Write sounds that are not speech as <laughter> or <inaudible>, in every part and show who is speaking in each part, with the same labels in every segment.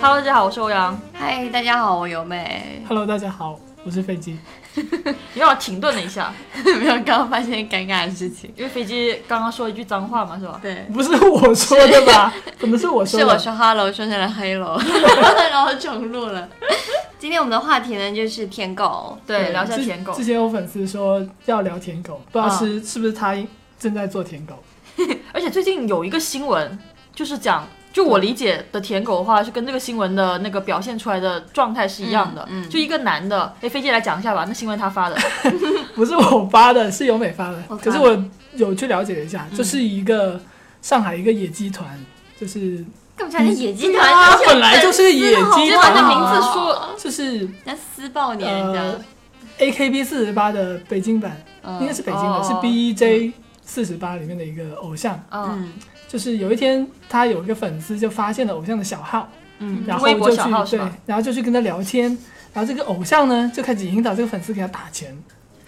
Speaker 1: Hello，大家好，我是欧阳。
Speaker 2: 嗨，大家好，我尤美。
Speaker 3: Hello，大家好，我是飞机。
Speaker 1: 你让我停顿了一下，
Speaker 2: <laughs> 没有，刚刚发现尴尬的事情。
Speaker 1: 因为飞机刚刚说了一句脏话嘛，是吧？
Speaker 2: 对，
Speaker 3: 不是我说的吧？怎么是我说
Speaker 2: 是
Speaker 3: 的？
Speaker 2: 我说 hello 说成了
Speaker 3: <laughs>
Speaker 2: hello，然后重录了。今天我们的话题呢就是舔狗，
Speaker 1: 对，
Speaker 3: 对
Speaker 1: 聊一下
Speaker 3: 之
Speaker 1: 舔狗
Speaker 3: 之。前有粉丝说要聊舔狗，不知道
Speaker 1: 啊
Speaker 3: 是、是不是他正在做舔狗？
Speaker 1: 而且最近有一个新闻，就是讲，就我理解的舔狗的话，是跟这个新闻的那个表现出来的状态是一样的。
Speaker 2: 嗯嗯
Speaker 1: 就一个男的，哎，飞机来讲一下吧，那新闻他 <laughs> 发的，
Speaker 3: 不是我发的，是由美发的。
Speaker 2: 我发的
Speaker 3: 可是我有去了解了一下，就是一个上海一个野鸡团，就是
Speaker 2: 干嘛像野鸡团？
Speaker 3: 它本来就是野鸡
Speaker 1: 就把
Speaker 3: 团，啊
Speaker 1: 他名字说，
Speaker 3: 就是
Speaker 2: <laughs> 那撕爆你人
Speaker 3: 呃
Speaker 2: 家，
Speaker 3: AKB 四十八的北京版，
Speaker 2: 嗯
Speaker 3: 呃应该是北京的，
Speaker 1: 哦
Speaker 3: 是 BEJ 四十八里面的一个偶像。
Speaker 1: 嗯
Speaker 2: 嗯
Speaker 3: 就是有一天，他有一个粉丝就发现了偶像的小号，
Speaker 1: 嗯，
Speaker 3: 然后
Speaker 1: 微
Speaker 3: 就
Speaker 1: 博
Speaker 3: 去
Speaker 1: 小号是
Speaker 3: 对
Speaker 1: 吧？，
Speaker 3: 然后就去跟他聊天，然后这个偶像呢就开始引导这个粉丝给他打钱，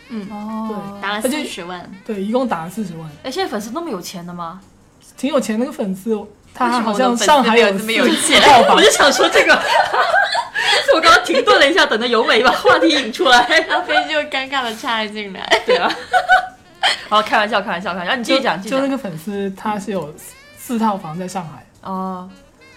Speaker 2: 嗯，
Speaker 1: 哦，
Speaker 2: 打了
Speaker 3: 而且
Speaker 2: 四十万，
Speaker 3: 对，一共打了四十万，
Speaker 1: 哎，现在粉丝那么有钱的吗？
Speaker 3: 挺有钱那个粉丝，他好
Speaker 2: 为
Speaker 3: 像
Speaker 2: 什么
Speaker 3: 上
Speaker 2: 我的粉丝
Speaker 3: 海
Speaker 2: 没
Speaker 1: <laughs>
Speaker 2: 有这么
Speaker 3: 四
Speaker 2: 有
Speaker 3: 十
Speaker 2: 钱
Speaker 3: 号吧
Speaker 1: 哦我，就想说这 <laughs> 个，所以我刚刚停顿了一下，等着尤美把话题引出 <laughs> 来。
Speaker 2: 然后飞机就尴尬的插了进
Speaker 3: <laughs>
Speaker 2: 来。
Speaker 1: 对啊，好，开玩笑，开玩笑，开玩笑，你继续讲，继续
Speaker 3: 就那
Speaker 1: 讲。
Speaker 3: 个粉丝他是有四四套房在上海，
Speaker 1: 哦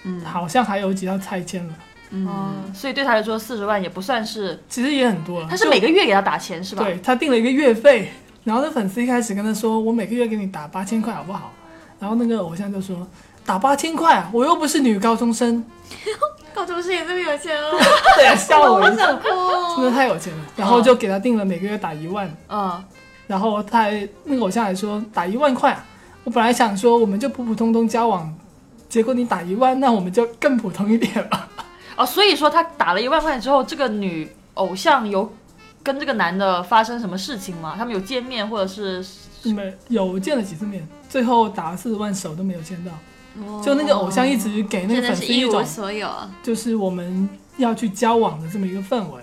Speaker 2: 嗯
Speaker 3: 好像还有几套拆迁了，
Speaker 1: 哦
Speaker 2: 嗯，，
Speaker 1: 所以对他来说，四十万也不算是，
Speaker 3: 其实也很多了
Speaker 1: 他。是每个月给他打钱是吧？<laughs>
Speaker 3: 嗯对他定了一个月费，然后那粉丝一开始跟他说：“我每个月给你打八千块，好不好？”然后那个偶像就说：“打八千块啊，我又不是女高中生。”
Speaker 2: 高中生也这么有钱哦，
Speaker 3: <laughs> 对啊，吓我一
Speaker 2: 我
Speaker 3: 跳
Speaker 2: 想，哭
Speaker 3: 真的
Speaker 2: 哦。
Speaker 3: 太有钱了。然后就给他定了每个月打一万，
Speaker 1: 嗯，
Speaker 3: 然后他还那个偶像还说打一万块啊，我本来想说我们就普普通通交往，结果你打一万，那我们就更普通一点吧。
Speaker 1: 哦，所以说他打了一万块之后，这个女偶像有跟这个男的发生什么事情吗？他们有见面或者是？
Speaker 3: <laughs> 你们有见了几次面？最后打了四十万，手都没有牵到。 <laughs> 就那个偶像一直给那
Speaker 2: 真
Speaker 3: 个
Speaker 2: 的
Speaker 3: 粉
Speaker 2: 是
Speaker 3: 丝
Speaker 2: 一
Speaker 3: 一
Speaker 2: 无
Speaker 3: 种
Speaker 2: 所有，
Speaker 3: 就是我们要去交往的这么一个氛围。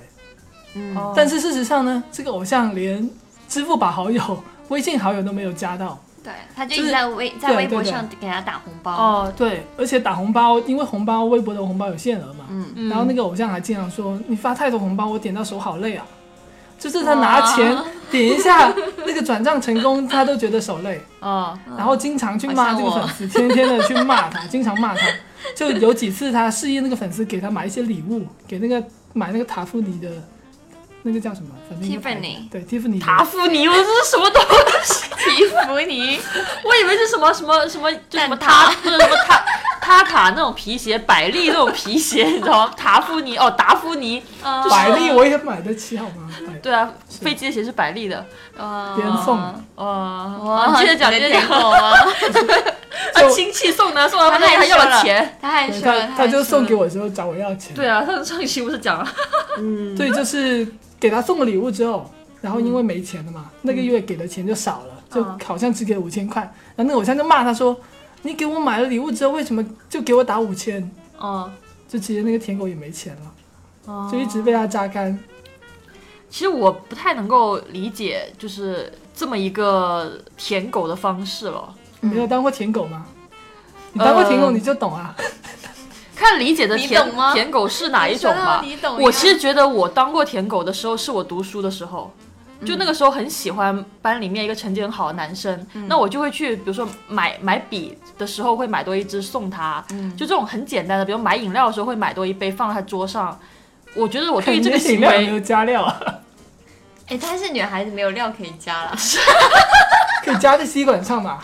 Speaker 2: 嗯
Speaker 1: 哦
Speaker 3: 但是事实上呢，这个偶像连支付宝好友、微信好友都没有加到。
Speaker 2: 对，他就一
Speaker 3: 就
Speaker 2: 直
Speaker 3: 是
Speaker 2: 在微在
Speaker 3: 对
Speaker 2: 微博
Speaker 3: 对对
Speaker 2: 上给他打红包， <laughs>
Speaker 1: 哦，
Speaker 3: 对，而且打红包，因为红包微博的红包有限额嘛。
Speaker 2: 嗯，
Speaker 1: 嗯
Speaker 3: 然后那个偶像还经常说：“你发太多红包，我点到手好累啊。”就是他拿钱
Speaker 2: 哇
Speaker 3: 点一下那个转账成功，他都觉得手累，
Speaker 1: 哦，
Speaker 2: 嗯
Speaker 3: 然后经常去
Speaker 2: 好
Speaker 3: 骂
Speaker 2: 像
Speaker 3: 这个
Speaker 2: 我
Speaker 3: 粉丝，天天的去骂他，经常
Speaker 2: <laughs>
Speaker 3: 骂他。就有几次他示意那个粉丝给他买一些礼物，给那个买那个塔芙尼的，那个叫什么？反正一个牌子
Speaker 2: Tiffany
Speaker 3: 对 Tiffany 的
Speaker 1: 塔芙尼，我这是什么东西？
Speaker 2: 皮芙尼，
Speaker 1: 我以为是什么什么什么，就什么塔
Speaker 2: 蛋挞
Speaker 1: 不是什么塔塔塔那种皮鞋，百丽那种皮鞋，你知道吗？塔芙尼哦，达芙尼，
Speaker 2: 哦
Speaker 3: 百丽我也买得起好吗？百
Speaker 1: 对啊，
Speaker 3: 是
Speaker 1: 飞机的鞋是百丽的。
Speaker 2: 哦
Speaker 3: 别人送的
Speaker 1: 哦，
Speaker 2: 哇，
Speaker 1: 你接着讲，接着
Speaker 2: 舔
Speaker 1: 讲
Speaker 2: 狗。啊！
Speaker 1: <laughs> 啊，亲戚送的，送完他还要了钱。
Speaker 2: 他还
Speaker 3: 对
Speaker 2: 说
Speaker 3: 他
Speaker 2: 了，
Speaker 3: 他就送给
Speaker 2: 我，
Speaker 3: 我的时候找我要钱，
Speaker 1: 对啊，上上一期不是讲了？
Speaker 2: 嗯，
Speaker 3: 对，就是给他送了礼物之后，然后因为没钱了嘛，那个月给的钱就少了，就
Speaker 1: 嗯
Speaker 3: 好像只给五千块，然后那个偶像就骂他说：“你给我买了礼物之后，为什么就给我打五千
Speaker 1: 哦，？”
Speaker 3: 就其实那个舔狗也没钱了，
Speaker 1: 哦
Speaker 3: 就一直被他榨干。
Speaker 1: <laughs> 其实我不太能够理解，就是这么一个舔狗的方式了。
Speaker 3: 你
Speaker 1: 嗯
Speaker 3: 没有当过舔狗吗？你当过舔狗你就懂啊，
Speaker 1: 呃看理解的
Speaker 2: 你
Speaker 1: 舔
Speaker 2: 懂吗
Speaker 1: 舔狗是哪一种吧
Speaker 2: 你说到你懂。呀
Speaker 1: 我其实觉得我当过舔狗的时候是我读书的时候，就那个时候很喜欢班里面一个成绩很好的男生，那我就会去，比如说买买笔的时候会买多一支送他，就这种很简单的，比如买饮料的时候会买多一杯放在他桌上。我觉得我对于这个
Speaker 3: <laughs> 你的饮
Speaker 1: 行
Speaker 3: 料有没
Speaker 1: 为，
Speaker 3: 有加料啊，
Speaker 2: 哎，她是女孩子，没有料可以加了。
Speaker 3: 可以加在吸管
Speaker 1: <laughs>
Speaker 3: 上嘛，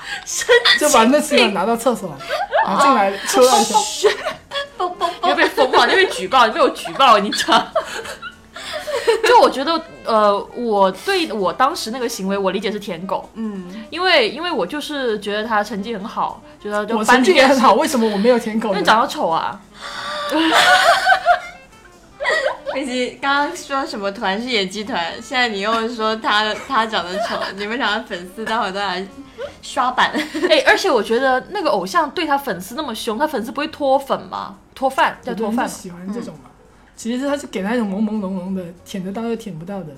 Speaker 3: 就把那吸管拿到厕
Speaker 1: 哦
Speaker 3: 所，然后进来出来一下。
Speaker 2: 嘣嘣
Speaker 1: 你会
Speaker 2: 嘣！
Speaker 1: 被封号，你会被举报，你被我举报，你知道？ <laughs> 就我觉得，呃，我对我当时那个行为，我理解是舔狗，
Speaker 2: 嗯，
Speaker 1: 因为因为我就是觉得他成绩很好，觉得 <laughs> 就
Speaker 3: 我
Speaker 1: 班
Speaker 3: 成
Speaker 1: 里
Speaker 3: 绩也
Speaker 1: 面
Speaker 3: 很好，为什么我没有舔狗
Speaker 1: 因
Speaker 3: 呢
Speaker 1: 为？长得丑啊，
Speaker 2: 飞机刚刚说什么团是野鸡团，现在你又说他 <laughs> 他长得丑，你们俩粉丝待会儿都来刷版。
Speaker 1: 哎，而且我觉得那个偶像对他粉丝那么凶，他粉丝不会脱粉吗？脱饭叫
Speaker 3: 有的
Speaker 1: 脱
Speaker 3: 人
Speaker 1: 饭嗯
Speaker 3: 就
Speaker 1: 吗，
Speaker 3: 喜欢这种嘛。其实他是给他一种朦朦胧胧的，舔得到又舔不到的。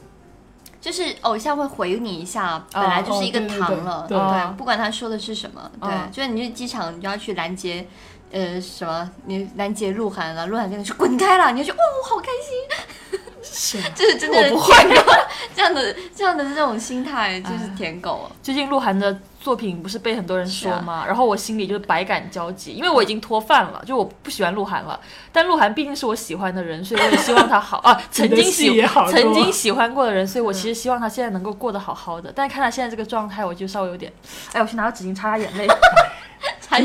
Speaker 2: 就是偶像会回你一下，本来就是一个糖了，
Speaker 3: 哦对对对
Speaker 1: 对
Speaker 2: 不管他说的是什么，对，
Speaker 1: 嗯
Speaker 2: 就是你去机场你就要去拦截。呃什么，你拦截鹿晗了，鹿晗跟你说滚开了，你就觉得哦，我好开心，
Speaker 3: 是啊，
Speaker 2: 这是
Speaker 3: <laughs>
Speaker 2: 真的
Speaker 1: 我不会 <laughs>
Speaker 2: 舔狗这样的这样的这种心态就是
Speaker 1: 哎
Speaker 2: 舔狗。
Speaker 1: 最近鹿晗的作品不是被很多人
Speaker 3: 啊
Speaker 1: 说吗？然后我心里就是百感交集，因为我已经脱饭了，就我不喜欢鹿晗了。但鹿晗毕竟是我喜欢的人，所以我也希望他
Speaker 3: <laughs>
Speaker 1: 好啊。曾
Speaker 3: 你
Speaker 1: 经
Speaker 3: 的戏
Speaker 1: 喜
Speaker 3: 也好多嗯
Speaker 1: 曾经喜欢过的人，所以我其实希望他现在能够过得好好的。但是看他现在这个状态，我就稍微有点，哎，我去拿个纸巾擦擦眼
Speaker 3: <laughs>
Speaker 1: 泪。
Speaker 3: 人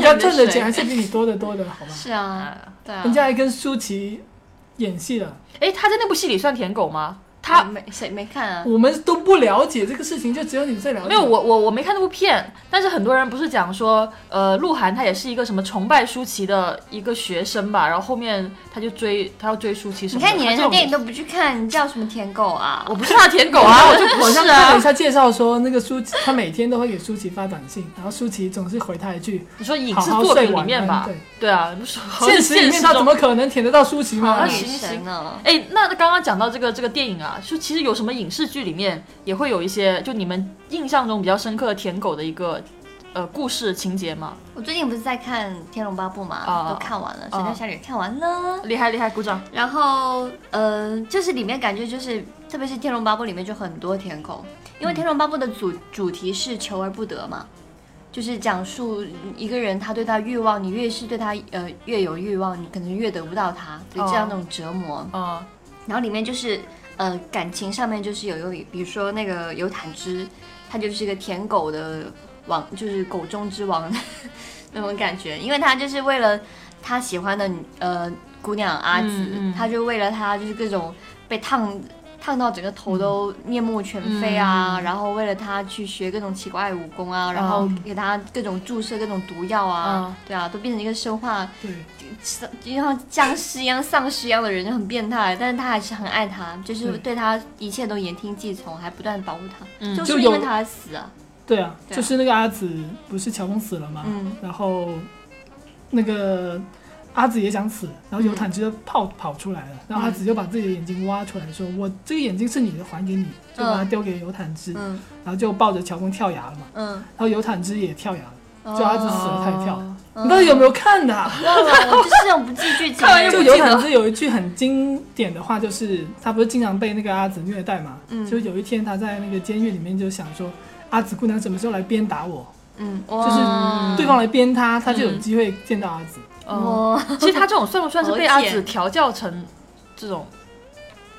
Speaker 2: 人
Speaker 3: 家赚的钱还是比你多得多的，
Speaker 1: <laughs>
Speaker 3: 好吧？
Speaker 2: 是啊，对啊，
Speaker 3: 人家还跟舒淇演戏了，
Speaker 1: 哎，他在那部戏里算舔狗吗？
Speaker 2: 他
Speaker 1: 他
Speaker 2: 没谁没看啊，
Speaker 3: 我们都不了解这个事情，就只有你最了解。
Speaker 1: 嗯没有，我我我没看那部片，但是很多人不是讲说，呃，鹿晗他也是一个什么崇拜舒淇的一个学生吧，然后后面他就追，他要追舒淇什
Speaker 2: 你
Speaker 1: 么的。
Speaker 2: 看你连
Speaker 1: 这
Speaker 2: 这
Speaker 1: 种
Speaker 2: 电影都不去看，你叫什么舔狗啊？
Speaker 1: 我不是他的舔狗啊，
Speaker 3: <laughs>
Speaker 1: 我就不
Speaker 3: 好
Speaker 1: <laughs>
Speaker 3: 像
Speaker 1: 是
Speaker 3: 看了一
Speaker 1: 啊。
Speaker 3: 下介绍说，那个舒淇，她每天都会给舒淇发短信，然后舒淇总是回她一句
Speaker 1: 你说
Speaker 3: “
Speaker 1: 影
Speaker 3: 好
Speaker 1: 视
Speaker 3: 好
Speaker 1: 作
Speaker 3: 睡
Speaker 1: 品里
Speaker 3: 晚
Speaker 1: 面吧
Speaker 3: 安”，。
Speaker 1: 对啊，你不说
Speaker 3: 对，现实里面她怎么可能舔得到舒淇
Speaker 2: 好
Speaker 3: 吗？
Speaker 2: 女
Speaker 1: 其实
Speaker 2: 神啊呢？
Speaker 1: 哎，那那刚刚讲到这个这个电影啊，就其实有什么影视剧里面也会有一些，就你们印象中比较深刻的舔狗的一个呃故事情节吗？
Speaker 2: 我最近不是在看《天龙八部》嘛，
Speaker 1: 啊
Speaker 2: 都看完了，《
Speaker 1: 啊
Speaker 2: 神雕侠侣》看完了，
Speaker 1: 厉害厉害，鼓掌！
Speaker 2: 然后呃，就是里面感觉就是，特别是《天龙八部》里面就很多舔狗，因为《天龙八部》的主主题是求而不得嘛。就是讲述一个人他对他欲望，你越是对他呃越有欲望，你可能越得不到他，所以这样那种折磨。
Speaker 1: 嗯
Speaker 2: 然后里面就是呃感情上面就是有有，比如说那个有坦之，他就是一个舔狗的王，就是狗中之王 <laughs> 那种感觉，因为他就是为了他喜欢的女呃姑娘阿紫，
Speaker 1: 嗯嗯
Speaker 2: 他就为了她就是各种被烫。烫到整个头都面目全非啊，
Speaker 1: 嗯
Speaker 2: 然后为了她去学各种奇怪的武功啊，然后给她各种注射各种毒药啊，
Speaker 1: 嗯
Speaker 2: 对啊，都变成一个生化
Speaker 3: 对，
Speaker 2: 就像僵尸一样、丧尸一样的人，就很变态，但是他还是很爱他，就是
Speaker 3: 嗯
Speaker 2: 对他一切都言听计从，还不断保护他，
Speaker 1: 嗯
Speaker 2: 就
Speaker 3: 就是
Speaker 2: 因为
Speaker 3: 有
Speaker 2: 他而死啊。
Speaker 3: 对啊，
Speaker 2: 对啊
Speaker 3: 就是那个阿紫，不是乔峰死了吗？
Speaker 2: 嗯
Speaker 3: 然后那个阿紫也想死，然后有坦直接跑、跑出来了，然后阿紫就把自己的眼睛挖出来说：“我这个眼睛是你的，还给你。”就把它丢给有坦之，
Speaker 2: 嗯
Speaker 3: 然后就抱着乔峰跳崖了嘛。
Speaker 2: 嗯，
Speaker 3: 然后有坦之也跳崖了，
Speaker 2: 哦
Speaker 3: 就阿紫死了，他也跳了。
Speaker 2: 嗯
Speaker 3: 你到底有没有看的、啊？
Speaker 2: 忘了，我就是这种不记剧情
Speaker 3: <laughs>
Speaker 1: 看完
Speaker 2: 的
Speaker 1: 就
Speaker 3: 就
Speaker 1: 不
Speaker 2: 人。
Speaker 1: 记
Speaker 3: 有
Speaker 1: 得
Speaker 3: 坦之有一句很经典的话，就是他不是经常被那个阿紫虐待嘛？
Speaker 2: 嗯
Speaker 3: 就有一天他在那个监狱里面就想说，阿紫姑娘什么时候来鞭打我？
Speaker 2: 嗯，
Speaker 3: 就是
Speaker 2: 哇
Speaker 3: 对方来鞭他，他就有
Speaker 1: 嗯
Speaker 3: 机会见到阿紫。
Speaker 1: 嗯，
Speaker 2: 哇，
Speaker 1: <laughs> 其实他这种算不算是被
Speaker 2: 好
Speaker 1: 阿
Speaker 2: 舔
Speaker 1: 紫调教成这种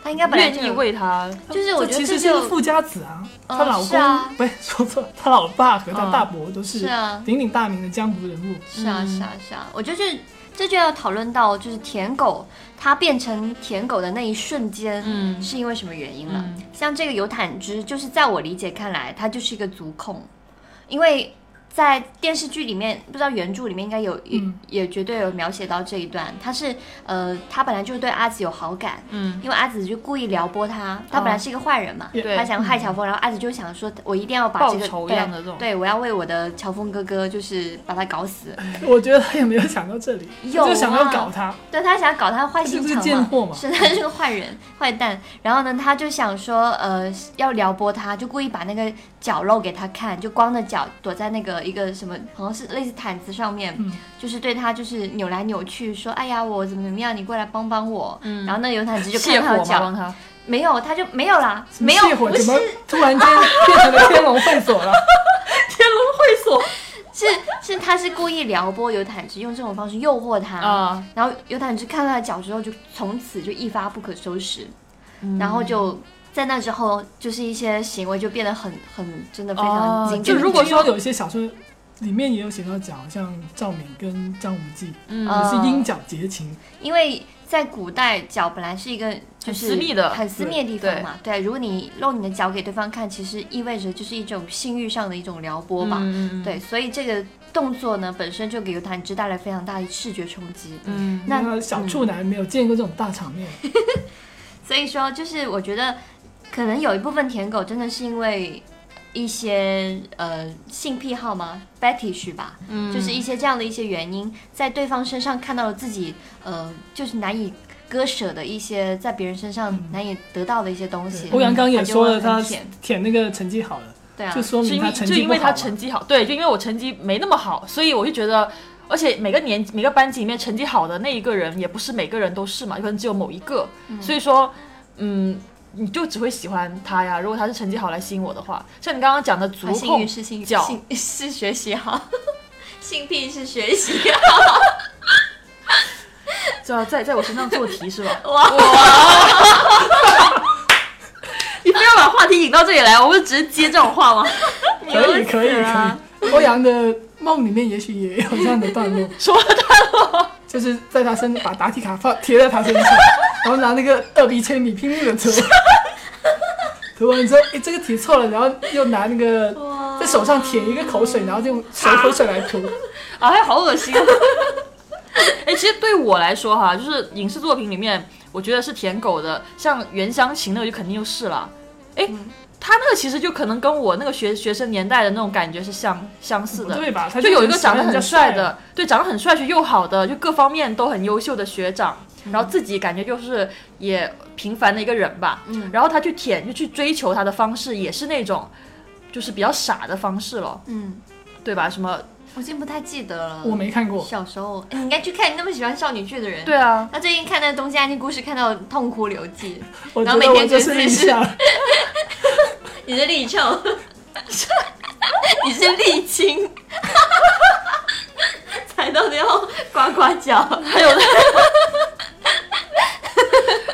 Speaker 2: 他应该本来就
Speaker 1: 愿意
Speaker 2: 有，
Speaker 1: 为他？
Speaker 2: 就是我觉
Speaker 3: 这其
Speaker 2: 得
Speaker 3: 实
Speaker 2: 这
Speaker 3: 是个
Speaker 2: 就
Speaker 3: 富家子啊，
Speaker 2: 嗯
Speaker 3: 她老
Speaker 2: 是啊
Speaker 3: <laughs> 公不是说错了，她老爸和她
Speaker 1: 嗯
Speaker 3: 大伯都是
Speaker 2: 是啊
Speaker 3: 鼎鼎大名的江湖人物。
Speaker 2: 是啊
Speaker 1: 嗯
Speaker 2: 是啊是啊，我就是这就要讨论到就是舔狗，他变成舔狗的那一瞬间，
Speaker 1: 嗯
Speaker 2: 是因为什么原因了？
Speaker 1: 嗯
Speaker 2: 像这个有坦之，就是在我理解看来，他就是一个足控，因为在电视剧里面，不知道原著里面应该有也、
Speaker 3: 嗯
Speaker 2: 也绝对有描写到这一段，他是呃，他本来就是对阿紫有好感。
Speaker 1: 嗯
Speaker 2: 因为阿紫就故意撩拨他，他本来是一个坏人嘛，
Speaker 1: 哦对
Speaker 2: 他想害乔峰，然后阿紫就想说，我一定要把
Speaker 1: 报
Speaker 2: 这个
Speaker 1: 仇一
Speaker 2: 对
Speaker 1: 样的这种
Speaker 2: 对我要为我的乔峰哥哥就是把他搞死，
Speaker 3: 我觉得她也没有想到这里，
Speaker 2: 有啊
Speaker 3: 就想要搞他。
Speaker 2: 对他想要搞他坏心肠
Speaker 3: 他就是个贱货嘛
Speaker 2: 是他是个坏人坏蛋。然后呢，他就想说，呃，要撩拨他，就故意把那个脚露给他看，就光着脚躲在那个一个什么，好像是类似毯子上面，
Speaker 3: 嗯
Speaker 2: 就是对他就是扭来扭去，说，哎呀，我怎么怎么样，你过来帮帮我。
Speaker 1: 嗯
Speaker 2: 然后那个有毯子就
Speaker 1: 泄
Speaker 2: 看
Speaker 1: 火
Speaker 2: 他
Speaker 1: 嘛
Speaker 2: 的脚
Speaker 3: <laughs>
Speaker 1: 帮，他，
Speaker 2: 没有，他就没有啦，没有
Speaker 3: 泻，火
Speaker 2: 不
Speaker 3: 怎
Speaker 2: 是
Speaker 3: 么突然
Speaker 2: <laughs>
Speaker 3: 间变成了天龙会所了？
Speaker 1: 天龙会所
Speaker 2: <laughs> 是是，他是故意撩拨有毯子，用这种方式诱惑他。
Speaker 1: 啊，
Speaker 2: 然后有坦之看到他的脚之后，就从此就一发不可收拾，然
Speaker 1: 嗯
Speaker 2: 后就在那之后，就是一些行为就变得很很真的非常
Speaker 1: 哦
Speaker 3: 啊
Speaker 2: 经典。
Speaker 1: 就如果说
Speaker 3: 有一些小说里面也有写到讲，像赵敏跟张无忌
Speaker 1: 嗯
Speaker 2: 啊
Speaker 3: 也是因脚结情，
Speaker 2: 因为在古代脚本来是一个就是
Speaker 1: 很私密的
Speaker 2: 很私密的地方嘛，对，如果你露你的脚给对方看，其实意味着就是一种性欲上的一种撩拨吧，
Speaker 1: 嗯，
Speaker 2: 对，所以这个动作呢本身就给尤坦之带来非常大的视觉冲击，
Speaker 1: 嗯
Speaker 2: 那
Speaker 3: 那小处男没有见过这种大场面，
Speaker 2: 所以说，就是我觉得可能有一部分舔狗真的是因为一些呃性癖好吗 b e t t 是吧，
Speaker 1: 嗯
Speaker 2: 就是一些这样的一些原因，在对方身上看到了自己呃就是难以割舍的一些在别人身上难以得到的一些东西。
Speaker 3: 嗯欧阳刚也说了，
Speaker 2: 他
Speaker 3: 他
Speaker 2: 就会很舔
Speaker 3: 舔那个成绩好了，
Speaker 2: 对啊
Speaker 3: 就，说
Speaker 1: 是
Speaker 3: 明
Speaker 1: 因为
Speaker 3: 成
Speaker 1: 就
Speaker 3: 绩
Speaker 1: 因
Speaker 3: 不
Speaker 1: 为
Speaker 3: 好
Speaker 1: 他
Speaker 3: 嘛。
Speaker 1: 成绩好，对，就因为我成绩没那么好，所以我就觉得而且每个年每个班级里面成绩好的那一个人，也不是每个人都是嘛，有可能只有某一个。所以说，嗯，你就只会喜欢他呀。如果他是成绩好来吸引我的话，像你刚刚讲的足
Speaker 2: 啊性
Speaker 1: 控
Speaker 2: 欲是性
Speaker 1: 脚
Speaker 2: 性 <laughs> 是学习好，性癖是学习好。
Speaker 3: <laughs>
Speaker 1: 就要在在我身上做题是吧？
Speaker 2: 哇
Speaker 1: 你非要把话题引到这里来，我们只是接这种话吗？
Speaker 3: 可以可以
Speaker 2: 牛死
Speaker 3: 可
Speaker 2: 啊
Speaker 3: 以。欧阳的梦里面也许也有这样的段落，
Speaker 1: <laughs> 什么
Speaker 3: 就是在他身把答题卡放贴在他身上，然后拿那个二 B 铅笔拼命的涂，
Speaker 1: <laughs>
Speaker 3: 涂完之后，哎，这个题错了，然后又拿那个在手上舔一个口水，然后就用手口水来涂。
Speaker 1: 哎，好恶 <laughs> 心、啊！ <laughs> 哎，其实对我来说哈，就是影视作品里面，我觉得是舔狗的，像《原乡情》那个就肯定就是了。哎，他那个其实就可能跟我那个学学生年代的那种感觉是相相似的。
Speaker 3: 对吧？他
Speaker 1: 就有一个长得
Speaker 3: 很
Speaker 1: 很帅的，，对，长得很帅却又好的，就各方面都很优秀的学长，然后自己感觉就是也平凡的一个人吧。嗯，然后他去舔，就去追求他的方式也是那种，就是比较傻的方式了，
Speaker 2: 嗯，
Speaker 1: 对吧？什么？
Speaker 2: 我已经不太记得了。
Speaker 3: 我没看过。
Speaker 2: 小时候，哎你应该去看你那么喜欢少女剧的人。
Speaker 1: 对。啊，
Speaker 2: 他最近看那《东京爱情故事》，看到痛哭流涕。
Speaker 3: 我
Speaker 2: 然
Speaker 3: 觉
Speaker 2: 后
Speaker 3: 得
Speaker 2: 每
Speaker 3: 我
Speaker 2: 天觉得
Speaker 3: 就是
Speaker 2: 自己
Speaker 3: 印
Speaker 2: 是
Speaker 3: 象，
Speaker 1: <laughs>
Speaker 2: 你是立秋，你是沥青，踩到都要呱呱叫。
Speaker 1: <laughs> 还有那，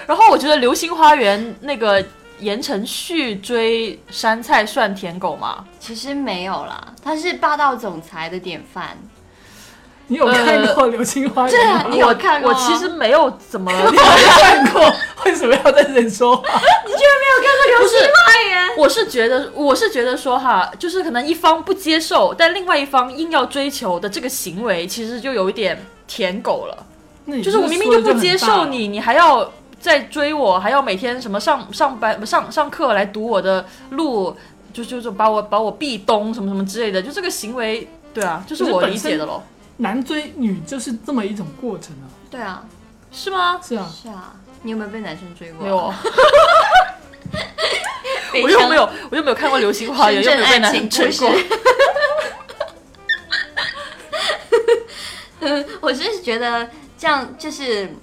Speaker 1: 然后我觉得《流星花园》那个言承旭追山菜算舔狗吗？
Speaker 2: 其实没有啦，他是霸道总裁的典范。
Speaker 3: 你有看过
Speaker 1: 呃
Speaker 3: 《流星花园》
Speaker 1: 啊
Speaker 3: 吗？
Speaker 2: 你有看过
Speaker 1: 我
Speaker 2: 吗
Speaker 1: 其实没有怎么，
Speaker 3: 你没看过，为什么要在这里说话？
Speaker 1: 不是，
Speaker 2: 爱人，
Speaker 1: 我是觉得，我是觉得说哈，就是可能一方不接受，但另外一方硬要追求的这个行为，其实就有一点舔狗了。
Speaker 3: 那你
Speaker 1: 就是我明明
Speaker 3: 说
Speaker 1: 就
Speaker 3: 得就
Speaker 1: 不接
Speaker 3: 很大
Speaker 1: 受你，你还要再追我，还要每天什么上上班上上课来堵我的路，就就是把我把我壁咚什么什么之类的，就这个行为，对啊，就是
Speaker 3: 可是
Speaker 1: 我
Speaker 3: 本
Speaker 1: 理
Speaker 3: 身
Speaker 1: 解的咯，
Speaker 3: 男追女就是这么一种过程啊，
Speaker 2: 对啊，
Speaker 1: 是吗？
Speaker 3: 是啊，
Speaker 2: 是啊。你有没有被男生追过？
Speaker 1: 没有，
Speaker 2: 非常，
Speaker 1: 我又没有，我又没有看过《流星花园
Speaker 2: 深》，
Speaker 1: 又没
Speaker 2: 圳
Speaker 1: 有被
Speaker 2: 爱
Speaker 1: 男
Speaker 2: 情
Speaker 1: 人追
Speaker 2: 故事
Speaker 1: 过。
Speaker 2: <laughs> 我是觉得这样就是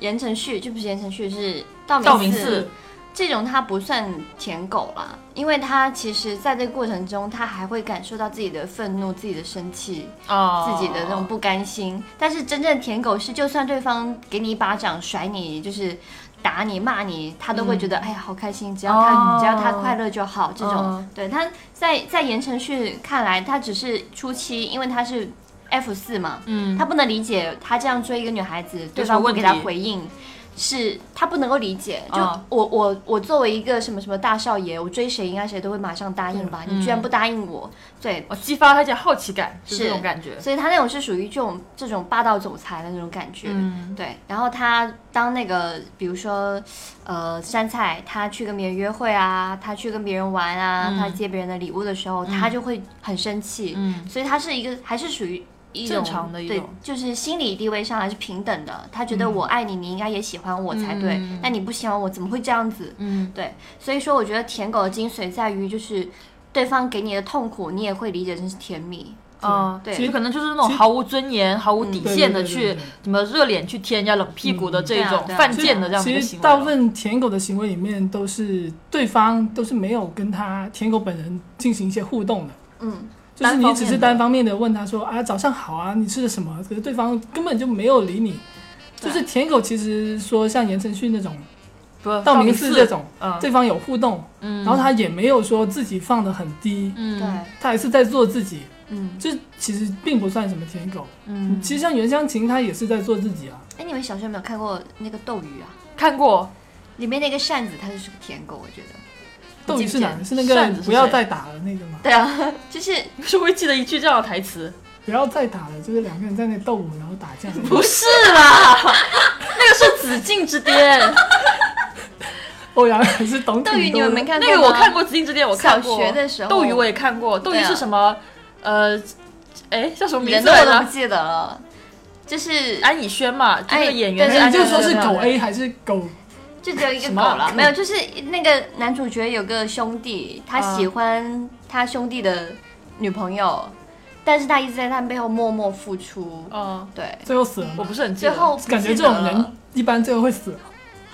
Speaker 2: 言承旭，就不是言承旭，是道
Speaker 1: 道
Speaker 2: 明
Speaker 1: 明
Speaker 2: 寺
Speaker 1: 寺
Speaker 2: 这种，他不算舔狗啦，因为他其实在这个过程中，他还会感受到自己的愤怒、自己的生气、
Speaker 1: 啊，
Speaker 2: 自己的那种不甘心。但是真正舔狗是，就算对方给你一巴掌、甩你，就是打你、骂你，他都会觉得、哎呀好开心，只要他、
Speaker 1: 哦
Speaker 2: 只要他快乐就好。这种、
Speaker 1: 嗯
Speaker 2: 对他在在言承旭看来，他只是初期，因为他是 F 四嘛，
Speaker 1: 嗯，
Speaker 2: 他不能理解他这样追一个女孩子，对
Speaker 1: 有什么
Speaker 2: 方不
Speaker 1: 问
Speaker 2: 给
Speaker 1: 题
Speaker 2: 他回应，是他不能够理解。就
Speaker 1: 嗯
Speaker 2: 我我我作为一个什么什么大少爷，我追谁应该谁都会马上答应
Speaker 1: 嗯
Speaker 2: 吧，你居然不答应我，对。
Speaker 1: 我激发他一点好奇感，就是这种感觉。
Speaker 2: 所以他那种是属于这种这种霸道总裁的那种感觉，
Speaker 1: 嗯
Speaker 2: 对。然后他当那个，比如说，呃，杉菜他去跟别人约会啊，他去跟别人玩啊，他接别人的礼物的时候，他就会很生气，
Speaker 1: 嗯，
Speaker 2: 所以他是一个还是属于一种嗯
Speaker 1: 正常的一
Speaker 2: 对
Speaker 1: 种，
Speaker 2: 就是心理地位上还是平等的。他觉得我爱你，你应该也喜欢我才对
Speaker 1: 嗯，
Speaker 2: 那、你不喜欢我怎么会这样子？
Speaker 1: 嗯，
Speaker 2: 对，所以说我觉得舔狗的精髓在于就是。对方给你的痛苦，你也会理解成是甜蜜。
Speaker 1: 啊，
Speaker 2: 对嗯
Speaker 1: 就可能就是那种
Speaker 3: 其实
Speaker 1: 毫无尊严、毫无底
Speaker 3: 对
Speaker 1: 线的
Speaker 3: 对对
Speaker 1: 去
Speaker 3: 对对
Speaker 1: 什么热脸去贴人家冷屁股的这
Speaker 2: 对
Speaker 1: 一
Speaker 2: 啊
Speaker 1: 种
Speaker 2: 对啊
Speaker 1: 犯
Speaker 3: 其
Speaker 1: 贱的这样的一个
Speaker 3: 实其实
Speaker 1: 行为啊
Speaker 3: 大部
Speaker 1: 了。
Speaker 3: 分舔狗的行为里面都是对方都是没有跟他舔狗本人进行一些互动的，
Speaker 2: 嗯，
Speaker 3: 就是你只是单
Speaker 1: 单
Speaker 3: 方面的问他说啊早上好啊你吃的什么，可是对方根本就没有理你。就
Speaker 2: 对
Speaker 3: 是舔狗其实说像言承旭那种，
Speaker 1: 不，
Speaker 3: 道明寺
Speaker 1: 哦寺
Speaker 3: 这，种，
Speaker 1: 嗯
Speaker 3: 对方有互动，
Speaker 1: 嗯，
Speaker 3: 然后他也没有说自己放得很低，
Speaker 1: 嗯，
Speaker 2: 对，
Speaker 3: 他还是在做自己，
Speaker 2: 嗯，
Speaker 3: 这其实并不算什么舔狗。
Speaker 1: 嗯，
Speaker 3: 其实像袁湘琴，她也是在做自己啊。
Speaker 2: 哎，你们小时候有没有看过那个斗鱼啊？
Speaker 1: 看过，
Speaker 2: 里面那个扇子，它就是个舔狗，我觉得。
Speaker 3: 斗鱼是哪个？是那
Speaker 1: 扇
Speaker 3: 个
Speaker 1: 子是
Speaker 3: 不要
Speaker 1: 谁
Speaker 3: 再打了那个吗？
Speaker 2: 对啊， <laughs> 就是
Speaker 1: 你是会记得一句这样的台词？
Speaker 3: 不要再打了，就是两个人在那斗舞，然后打架。
Speaker 1: 不是啦， <laughs> 那个是紫禁之巅，
Speaker 3: 欧阳还哦是
Speaker 2: <laughs>
Speaker 3: 懂
Speaker 2: 斗鱼，
Speaker 3: 挺
Speaker 2: 你
Speaker 3: 多
Speaker 2: 们
Speaker 3: 的
Speaker 2: 没。看
Speaker 1: <laughs>
Speaker 2: 过
Speaker 1: 那个我
Speaker 2: 吗
Speaker 1: 看过紫禁之巅，我看过。
Speaker 2: 小学的时候
Speaker 1: 斗鱼我也看过，斗鱼
Speaker 2: 对啊
Speaker 1: 是什么？呃，哎，叫什么名
Speaker 2: 人
Speaker 1: 字
Speaker 2: 的
Speaker 1: 来
Speaker 2: 我都不
Speaker 1: 着？
Speaker 2: 记得了，就是
Speaker 1: 安以轩嘛，就那
Speaker 2: 哎
Speaker 1: 个演员
Speaker 2: 对
Speaker 1: 是
Speaker 2: 对
Speaker 1: 安
Speaker 3: 你
Speaker 1: 以
Speaker 3: 就
Speaker 1: 轩。
Speaker 3: 说是
Speaker 2: 对对
Speaker 3: 狗
Speaker 2: 对
Speaker 3: A 还是狗？
Speaker 2: 就只有一个
Speaker 1: 什
Speaker 2: 狗
Speaker 1: 么
Speaker 2: 了，没有，就是那个男主角有个兄弟，他喜欢他兄弟的女朋友，但是他一直在他背后默默付出。
Speaker 1: 嗯，
Speaker 2: 对，
Speaker 3: 最后死了
Speaker 1: 我
Speaker 3: 吗？
Speaker 1: 不是很记
Speaker 2: 哦最
Speaker 1: 得。
Speaker 2: 后嗯不啊
Speaker 3: 感觉
Speaker 2: 记
Speaker 3: 这
Speaker 2: 得
Speaker 3: 种人
Speaker 2: 了
Speaker 3: 一般最后会死。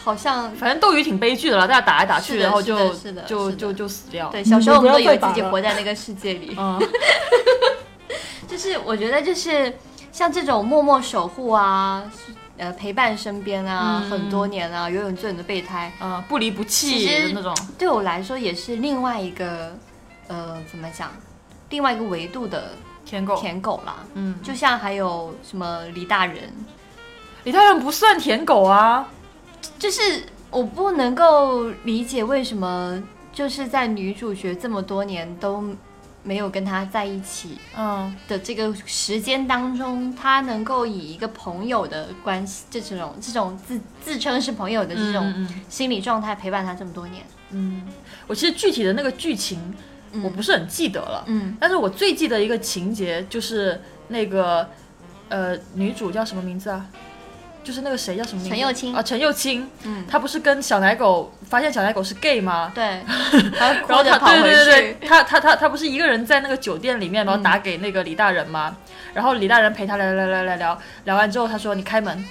Speaker 2: 好像
Speaker 1: 反正斗鱼挺悲剧的了，大家打来打
Speaker 2: 是
Speaker 1: 去，
Speaker 2: 的
Speaker 1: 然后
Speaker 2: 是
Speaker 1: 就
Speaker 2: 的是的
Speaker 1: 就是
Speaker 2: 的
Speaker 1: 就就死掉。
Speaker 2: 对小时候我
Speaker 3: 你
Speaker 2: 们
Speaker 3: 不
Speaker 2: 都
Speaker 3: 要
Speaker 2: 以为
Speaker 3: 再打
Speaker 2: 自己
Speaker 3: 了
Speaker 2: 活在那个世界里。
Speaker 1: 嗯，
Speaker 2: 就是我觉得就是像这种默默守护啊，呃陪伴身边啊、
Speaker 1: 嗯
Speaker 2: 很多年啊，永远做你的备胎，
Speaker 1: 嗯，不离不弃
Speaker 2: 其实
Speaker 1: 的那种。
Speaker 2: 对我来说也是另外一个呃怎么讲，另外一个维度的
Speaker 1: 舔狗，
Speaker 2: 舔狗啦。
Speaker 1: 嗯，
Speaker 2: 就像还有什么李大人，
Speaker 1: 李大人不算舔狗啊，
Speaker 2: 就是我不能够理解为什么就是在女主角这么多年都没有跟他在一起
Speaker 1: 嗯，
Speaker 2: 的这个时间当中，他能够以一个朋友的关系，这种这种自自称是朋友的这种
Speaker 1: 嗯
Speaker 2: 心理状态陪伴他这么多年。
Speaker 1: 嗯，我其实具体的那个剧情
Speaker 2: 嗯
Speaker 1: 我不是很记得了，
Speaker 2: 嗯
Speaker 1: 但是我最记得一个情节就是那个呃女主叫什么名字啊？就是那个谁叫什么名字？
Speaker 2: 陈又青
Speaker 1: 啊，陈又青，
Speaker 2: 嗯，
Speaker 1: 她不是跟小奶狗发现小奶狗是 gay 吗？ <laughs>
Speaker 2: 对，然后
Speaker 1: 然
Speaker 2: 哭
Speaker 1: 后
Speaker 2: 着
Speaker 1: 他
Speaker 2: 跑
Speaker 1: 对
Speaker 2: 回
Speaker 1: 对对
Speaker 2: 去，
Speaker 1: 对，他他他他不是一个人在那个酒店里面，然后
Speaker 2: 嗯
Speaker 1: 打给那个李大人吗？然后李大人陪他聊聊聊聊聊聊完之后，他说你开门，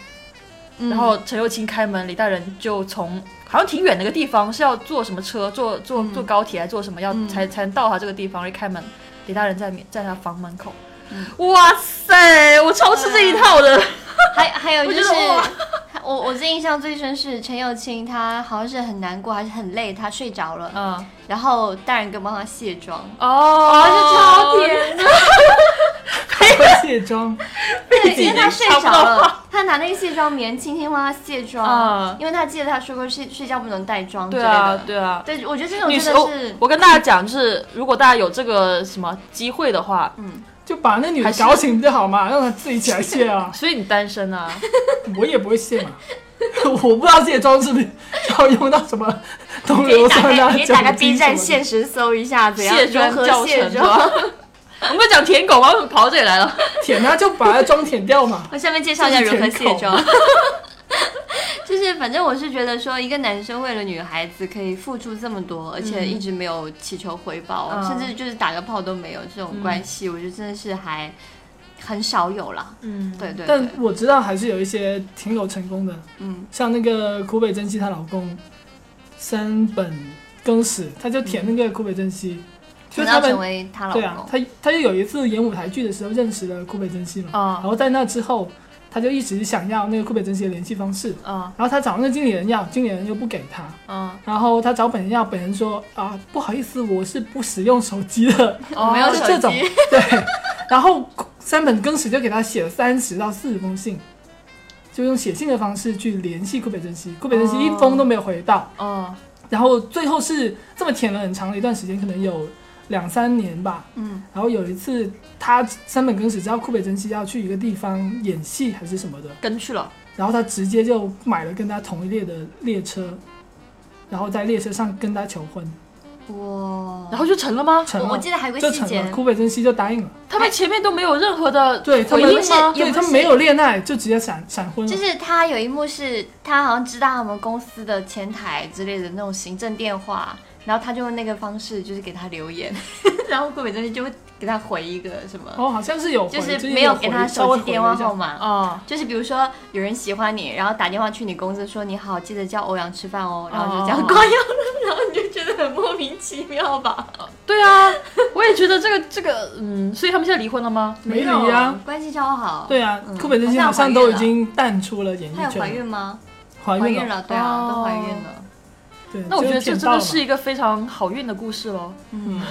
Speaker 2: 嗯
Speaker 1: 然后陈又青开门，李大人就从好像挺远的一个地方，是要坐什么车，坐坐坐高铁还是坐什么，要
Speaker 2: 嗯
Speaker 1: 才才能到他这个地方。一开门，李大人在面在他房门口
Speaker 2: 嗯。
Speaker 1: 哇塞！我超吃这一套的。
Speaker 2: 还还有就是
Speaker 1: 我觉得哇。
Speaker 2: <laughs> 我我最印象最深是陈友清，他好像是很难过还是很累，他睡着了，
Speaker 1: 嗯， <laughs>
Speaker 2: 然后大人哥帮他卸妆，
Speaker 1: 哦，
Speaker 2: 就超甜的。
Speaker 3: 会卸妆，
Speaker 2: 对，
Speaker 1: 己
Speaker 2: 因为他
Speaker 1: 已经
Speaker 2: 睡
Speaker 1: 差不
Speaker 2: 着
Speaker 1: 多
Speaker 2: 了，他拿那个卸妆棉轻轻帮他卸妆，
Speaker 1: 啊
Speaker 2: 因为他记得他说过睡睡觉不能带妆之
Speaker 1: 对
Speaker 2: 类的
Speaker 1: 啊，。对啊。
Speaker 2: 对我觉得这种
Speaker 1: 女
Speaker 2: 真
Speaker 1: 生，
Speaker 2: 的
Speaker 1: 我
Speaker 2: 是，
Speaker 1: 我跟大家讲，就是如果大家有这个什么机会的话，
Speaker 3: 就把那女的
Speaker 1: 还是
Speaker 3: 搞醒不就好嘛，让她自己起来卸啊。
Speaker 1: 所以你单身啊？
Speaker 3: 我也不会卸嘛， <laughs> 我不知道卸妆是不是 <laughs> 要用到什么东硫酸啊、
Speaker 2: 可以打开
Speaker 3: 酒精
Speaker 2: B 站
Speaker 3: 什么
Speaker 2: 现实搜一下怎样
Speaker 1: 卸妆
Speaker 2: 如何
Speaker 1: 教
Speaker 2: 卸
Speaker 1: 程
Speaker 2: 妆。
Speaker 1: 吧。 <laughs> 我们不是讲舔狗吗？为什么跑到这里来了？
Speaker 3: 的舔啊，就把它妆舔掉嘛。
Speaker 2: 我下面介绍一下如何卸
Speaker 3: 这是
Speaker 2: 妆。 <laughs> 就是，反正我是觉得说，一个男生为了女孩子可以付出这么多，而且一直没有祈求回报，
Speaker 1: 嗯
Speaker 2: 甚至就是打个炮都没有这种关系，我觉得真的是还很少有啦。
Speaker 1: 嗯，
Speaker 2: 对对对
Speaker 3: 但，我知道还是有一些挺有成功的，
Speaker 2: 嗯
Speaker 3: 像那个苦北真希她老公山本耕史，他就舔那个苦北真希，就
Speaker 2: 想要嗯
Speaker 3: 是他
Speaker 2: 成
Speaker 3: 们
Speaker 2: 为她老
Speaker 3: 对啊
Speaker 2: 公，。
Speaker 3: 他他就有一次演舞台剧的时候认识了库北真希嘛，
Speaker 2: 嗯
Speaker 3: 然
Speaker 1: 啊
Speaker 3: 后在那之后，他就一直想要那个库北真希的联系方式，
Speaker 1: 啊
Speaker 3: 然后他找那个经理人要，经理人又不给他，
Speaker 1: 啊！
Speaker 3: 然后他找本人要，本人说啊不好意思，我是不使用手机的，
Speaker 1: 哦
Speaker 2: 没有
Speaker 3: 就
Speaker 2: 手
Speaker 3: 啊这种
Speaker 2: 机
Speaker 3: <laughs> 对，然后山本耕史就给他写了三十到四十封信。就用写信的方式去联系库北真希，库北真希一封都没有回到，
Speaker 1: 哦，
Speaker 3: 然后最后是这么舔了很长的一段时间，可能有两三年吧，
Speaker 2: 嗯
Speaker 3: 然后有一次，他山本耕史知道库北真希要去一个地方演戏还是什么的，
Speaker 1: 跟去了。
Speaker 3: 然后他直接就买了跟他同一列的列车，然后在列车上跟他求婚，
Speaker 2: 哇，
Speaker 1: 然后就成了吗？
Speaker 3: 成
Speaker 2: 我我
Speaker 3: 了，
Speaker 2: 记得还有个
Speaker 3: 就
Speaker 2: 细
Speaker 3: 成
Speaker 2: 节
Speaker 3: 了。，库北真希就答应了，
Speaker 1: 他们前面都没有任何的
Speaker 3: 对他
Speaker 1: 回
Speaker 3: 们
Speaker 1: 应吗？
Speaker 2: 哦也不
Speaker 3: 对
Speaker 2: 是
Speaker 3: 他们没有恋爱，就直接闪闪婚了。
Speaker 2: 就是他有一幕是，他好像知道他们公司的前台之类的那种行政电话，然后他就用那个方式就是给他留言， <laughs> 然后顾北真希就会给他回一个什么，
Speaker 3: 哦，好像是有回，
Speaker 2: 就
Speaker 3: 就是是
Speaker 2: 没有给他
Speaker 3: 回稍
Speaker 2: 手
Speaker 3: 微
Speaker 2: 机
Speaker 3: 回
Speaker 2: 电
Speaker 3: 了
Speaker 2: 话
Speaker 3: 一下
Speaker 2: 号码。
Speaker 1: 啊
Speaker 2: 就是比如说有人喜欢你，然后打电话去你公司说你好，记得叫欧阳吃饭哦，然 <laughs> 后就这样
Speaker 1: 哦
Speaker 2: 挂掉了，然后你就觉得很莫名其妙吧？
Speaker 1: 对啊，我也觉得这个这个，嗯，所以他们现在离婚了吗？
Speaker 3: 没理啊，，
Speaker 2: 关系超好。，
Speaker 3: 对啊
Speaker 2: 嗯，
Speaker 3: 库北真希好像都已经淡出了演
Speaker 2: 她
Speaker 3: 艺
Speaker 2: 有怀
Speaker 3: 圈
Speaker 2: 孕，吗？
Speaker 3: 怀
Speaker 2: 怀
Speaker 3: 孕
Speaker 2: 孕，了，对啊，
Speaker 1: 哦
Speaker 2: 都怀孕了。
Speaker 3: 对，
Speaker 1: 那我觉得这
Speaker 3: 就舔
Speaker 1: 真
Speaker 3: 到
Speaker 1: 的
Speaker 3: 了嗯
Speaker 1: 是一个非常好运的故事
Speaker 3: <laughs>
Speaker 1: 喽，
Speaker 3: 嘛，